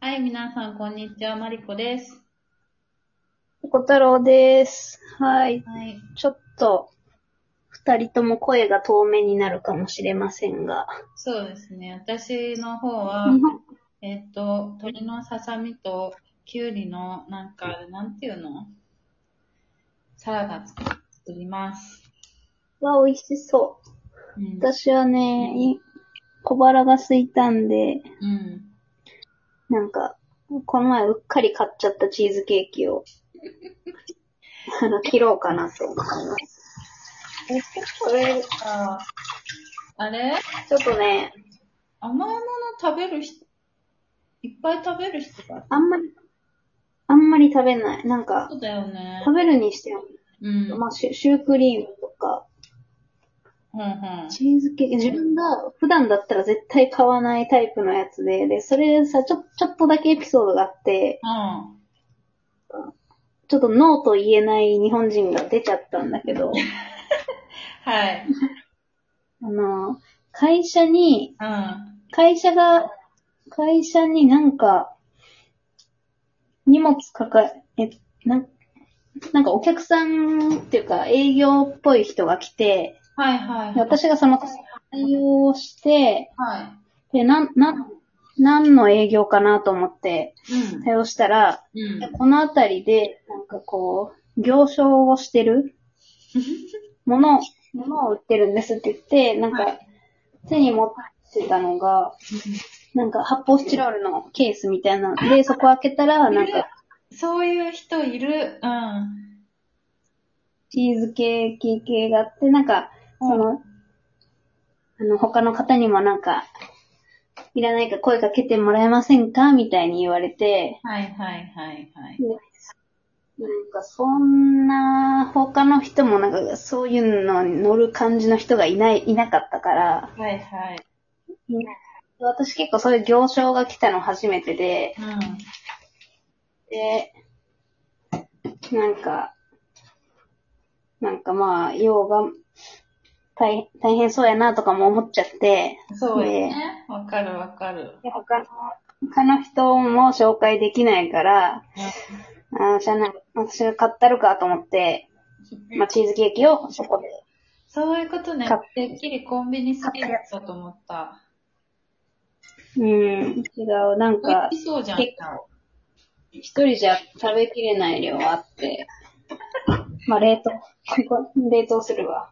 はい、皆さん、こんにちは。マリコです。小太郎です。はい。はい。ちょっと、二人とも声が遠めになるかもしれませんが。そうですね。私の方 は、日本えっ、と、鶏のささみと、きゅうりの、なんか、なんていうのサラダ作作ります。は美味しそう。うん。私はね、い小腹が空いたんで、うん、なんか、この前うっかり買っちゃったチーズケーキを、あの、切ろうかなと思います。え、結構なんか、あれちょっとね、甘いもの食べる人、いっぱい食べる人が。あんまり、あんまり食べない。なんかそ、うだよね。食べるにしても、うん。まあ、シュシュークリームとか、うんうん。チーズケーキ、自分が普段だったら絶対買わないタイプのやつで、で、それさ、ちょ、ちょっとだけエピソードがあって、うん。ちょっとノーと言えない日本人が出ちゃったんだけど、はい。あの、会社に、うん。会社が、会社になんか、荷物抱え、え、なんなんかお客さんっていうか営業っぽい人が来て、はいはい。で私がその対応をして、はで、なん、なん、何の営業かなと思ってい。うん。対応したら、うん。 このあたりで、なんかこう、行商をしてるもの、ものを売ってるんですって言って、なんはか、手に持ってたのが、なんか発泡スチロールのケースみたいなので、そこ開けたら、なんか、そういう人いる。うん。チーズケーキ系があって、なんか、その、あの、他の方にもなんか、いらないか声かけてもらえませんかみたいに言われて、はいはいはいはい。でなんか、そんな、他の人もなんか、そういうのに乗る感じの人がいない、いなかったから、はいはい。私結構そういう行商が来たの初めてで、うん。で、なんか、なんかまあ、要が、大大変そうやなとかも思っちゃって、そうよね。わかるわかる。で他の、他の人も紹介できないから、あーじゃあなんか、私が買ったるかと思って、まあ、チーズケーキをそこでそういうことね買っ。てっきりコンビニ好きだったと思った。うん、違う。なんか美、味しそうじゃん。結一人じゃ食べきれない量あって。まあ、冷凍、ここ冷凍 するわ。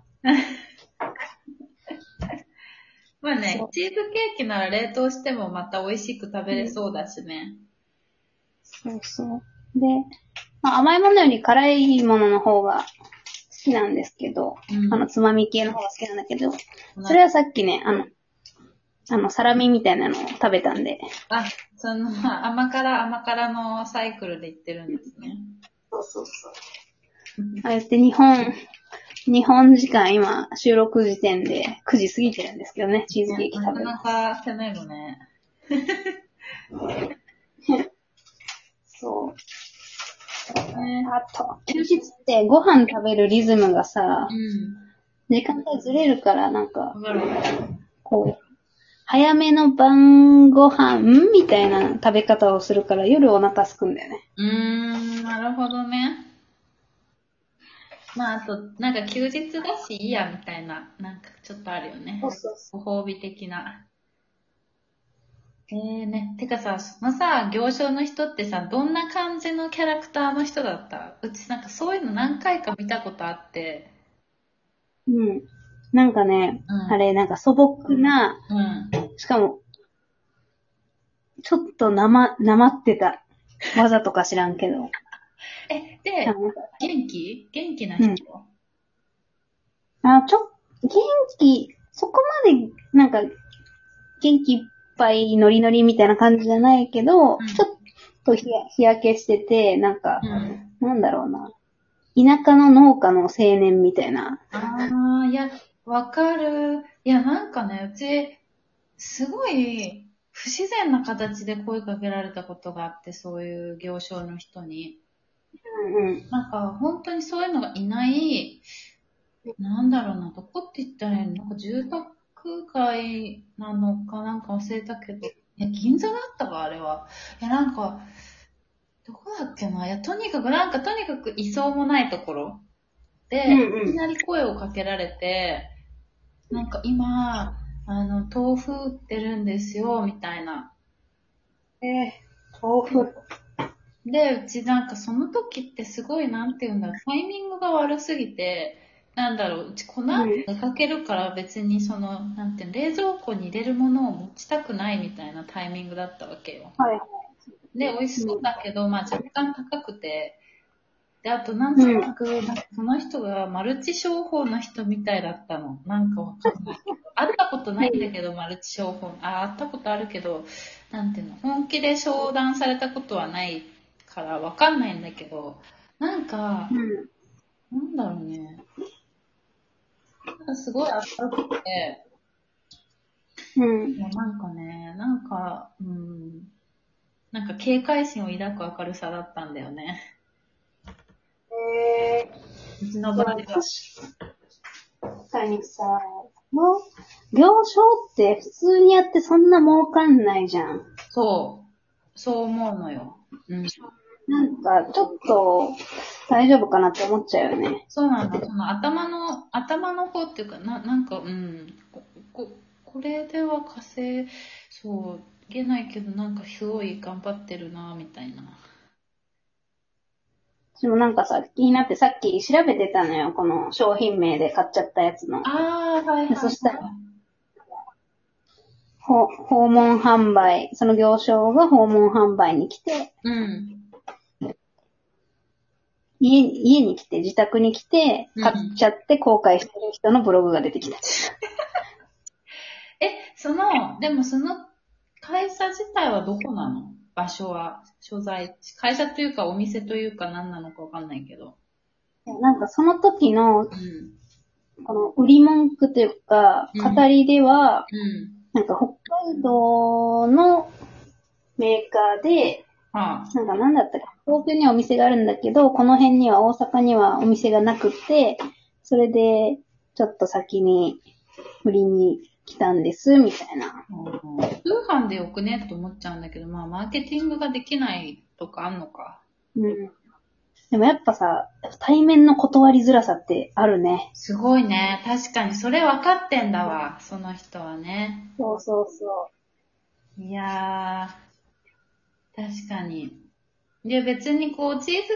まあねそ、うチーズケーキなら冷凍してもまた美味しく食べれそうだしね。そうそう。で、まあ、甘いものより辛いものの方が好きなんですけど、うんあの、つまみ系の方が好きなんだけど、それはさっきね、あの、あの、サラミみたいなのを食べたんで、あ、その、まあ甘辛甘辛のサイクルでいってるんですね。そうそうそう。ああやって日本、日本時間今、収録時点で9時過ぎてるんですけどね、チーズケーキな食かべるな。か攻めるね。そう。ねあと、休日ってご飯食べるリズムがさ、う時間がずれるから、なんかん。、わかる。こう、早めの晩ご飯みたいな食べ方をするから夜お腹すくんだよね。うーん、なるほどね。まあ、あと、なんか休日だしいいや、みたいな、なんかちょっとあるよね。そうそご褒美的な。えーね。てかさ、そのさ、行商の人ってさ、どんな感じのキャラクターの人だったうちなんかそういうの何回か見たことあって。う。うん。なんかね、うんあれ、なんか素朴な、うん。しかも、ちょっとなま、なまってた。わざとか知らんけど。え、でな、んか元気元気な人、うんあ、ちょ、元気、そこまで、なんか、元気いっぱいノリノリみたいな感じじゃないけど、うんちょっと日や日焼けしてて、なんか、うん。なんだろうな。田舎の農家の青年みたいな。ああ、いや、わかる。いや、なんかね、うち、すごい不自然な形で声かけられたことがあって、そういう行商の人に。うんうん。なんか、本当にそういうのがいない、なんだろうな、どこって言ったらいいのなんか住宅街なのかなんか忘れたけど、え、銀座だったわ、あれは。いや、なんか、どこだっけな。いや、とにかく、なんか、とにかく、いそうもないところで、うんうんいきなり声をかけられて、なんか、今、あの、豆腐売ってるんですよ、みたいな。えー、豆腐。で、うちなんかその時ってすごいなんていうんだろう、タイミングが悪すぎて、なんだろう、うちこの後出かけるから別にその、なんていうの冷蔵庫に入れるものを持ちたくないみたいなタイミングだったわけよ。はい。で、美味しそうだけど、まあ若干高くて、で、あとなんとなく、なんかその人がマルチ商法の人みたいだったの。なんかわかんない。会ったことないんだけど、マルチ商法。あ、会ったことあるけど、なんていうの、本気で商談されたことはないからわかんないんだけど、なんか、うん。なんだろうね。なんかすごい明るくて、うん。もうなんかね、なんか、うん、なんか警戒心を抱く明るさだったんだよね。えー、うちの場合は。確かにさ、もう、行商って普通にやってそんな儲かんないじゃん。そう。そう思うのよ。うん。なんか、ちょっと、大丈夫かなって思っちゃうよね。そうなんだ。その頭の、頭の方っていうか、な、なんか、うん。こ、こ、これでは稼い、そう、いけないけど、なんかすごい頑張ってるな、みたいな。私もなんかさ、気になってさっき調べてたのよ。この商品名で買っちゃったやつの。ああ、はいはい。そしたらほ訪問販売。その行商が訪問販売に来て、うん。家に、家に来て、自宅に来て、うん買っちゃって後悔してる人のブログが出てきた。え、その、でもその会社自体はどこなの場所は、所在地。会社というかお店というか何なのかわかんないけど。なんかその時うの、ん。この売り文句というか、うん語りでは、うん。なんか北海道のメーカーで、はあ。なんかなんだったか、東京にはお店があるんだけど、この辺には大阪にはお店がなくて、それで、ちょっと先に売りに来たんです、みたいな。うん通販でよくねと思っちゃうんだけど、まあ、マーケティングができないとかあんのか。うん。でもやっぱさ、対面の断りづらさってあるね。すごいね。確かに、それ分かってんだわ、その人はね。そうそうそいやー、確かに。いや、別にこう、チーズケーキ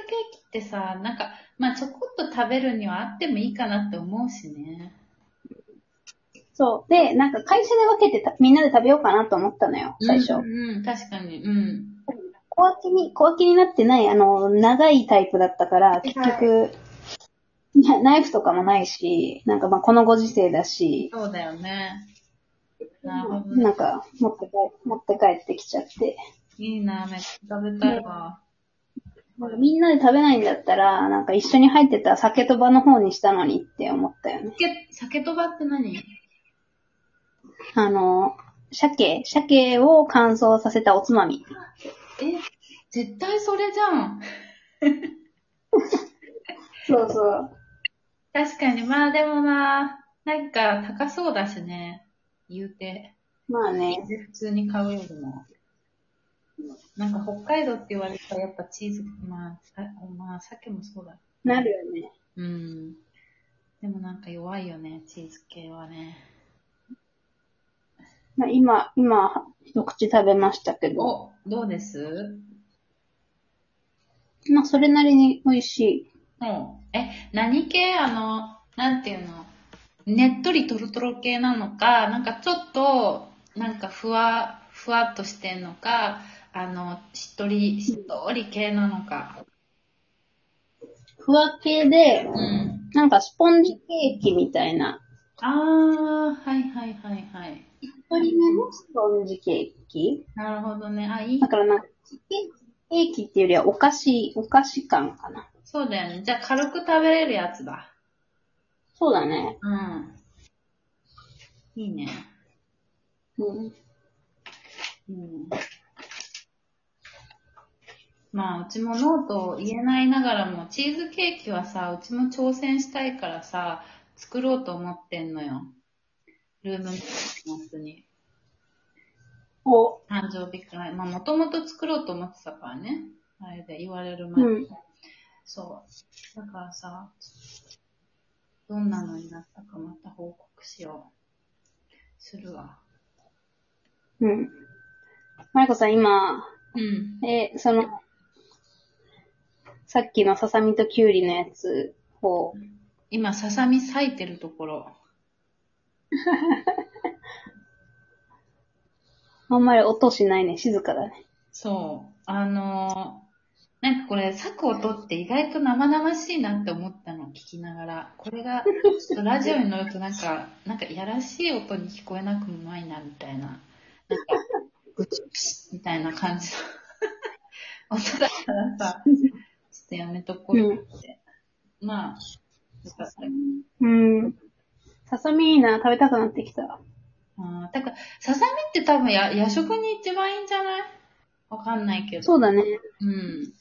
ってさ、なんか、まあ、ちょこっと食べるにはあってもいいかなって思うしね。う。そう。で、なんか会社で分けてたみんなで食べようかなと思ったのよ、最初。うん、うん確かに、うん。小脇に、小脇になってない、あの、長いタイプだったから、結局、なナイフとかもないし、なんかまあこのご時世だし、そうだよね。なるほどねなんか、持って帰、持って帰ってきちゃって。いいな、めっちゃ食べたいわ。なんかみんなで食べないんだったら、なんか一緒に入ってた酒とばの方にしたのにって思ったよね。酒、酒とばって何あの、鮭、鮭を乾燥させたおつまみ。え、絶対それじゃん。そうそう。確かに、まあでもな、なんか高そうだしね、言うて。まあね、普通に買うよりも。なんか北海道って言われたらやっぱチーズ、まあ、さまあ、鮭もそうだ。なるよね。うん。でもなんか弱いよね、チーズ系はね。まあ、今、今、一口食べましたけど、お、どうですまあそれなりに美味しい。うん。え、何系あの、なんていうのねっとりとろとろ系なのか、なんかちょっと、なんかふわ、ふわっとしてんのか、あの、しっとり、しっとり系なのか。ふわ系で、うん。なんかスポンジケーキみたいな。あー、はいはいはいはい。一人目のスポンジケーキなるほどね。あ、いいだ。からなんか、ケーキっていうよりはお菓子、お菓子感かな。そうだよね。じゃあ軽く食べれるやつだ。そうだね。うん。いいね。うん。うんまあ、うちもノーと言えないながらも、チーズケーキはさ、うちも挑戦したいからさ、作ろうと思ってんのよ。ルームメイトの人に。お、誕生日会。まあ、もともと作ろうと思ってたからね。あれで言われる前に。うんそう。だからさ、どんなのになったかまた報告しよう。するわ。うん。まりこさん今、うん。え、その、さっきのささみときゅうりのやつを、今、ささみ咲いてるところ。あんまり音しないね。静かだね。そう。あのーなんかこれ、咲く音って意外と生々しいなって思ったの、聞きながら。これが、ちょっとラジオに乗るとなんか、なんかいやらしい音に聞こえなくもないな、みたいな。なんか、ぐちゅぷしみたいな感じの 音だからさ、ちょっとやめとこうって。まあ、よかったうん。ささみいいな。食べたくなってきた。あーだから、ささみって多分や夜食に一番いいんじゃないわかんないけど。そうだね。うん。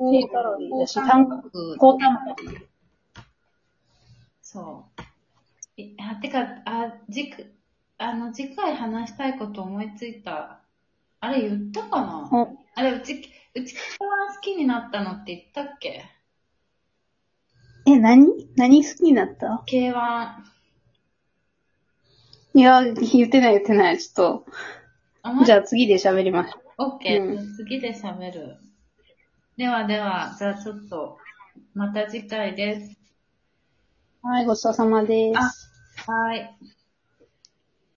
低カロリーだし高タンパク高タンパク。そう。え、あ、てか、あ、じく、あの、次回話したいこと思いついた。あれ言ったかなおあれ、うち、うち、人が好きになったのって言ったっけえ、何何好きになった ?K1。いや、言ってない言ってない。ちょっあ、と。まじゃあ次で喋りましょう。 OK、う次で喋る。ではでは、じゃあちょっと、また次回です。はい、ごちそうさまです。あ、はい。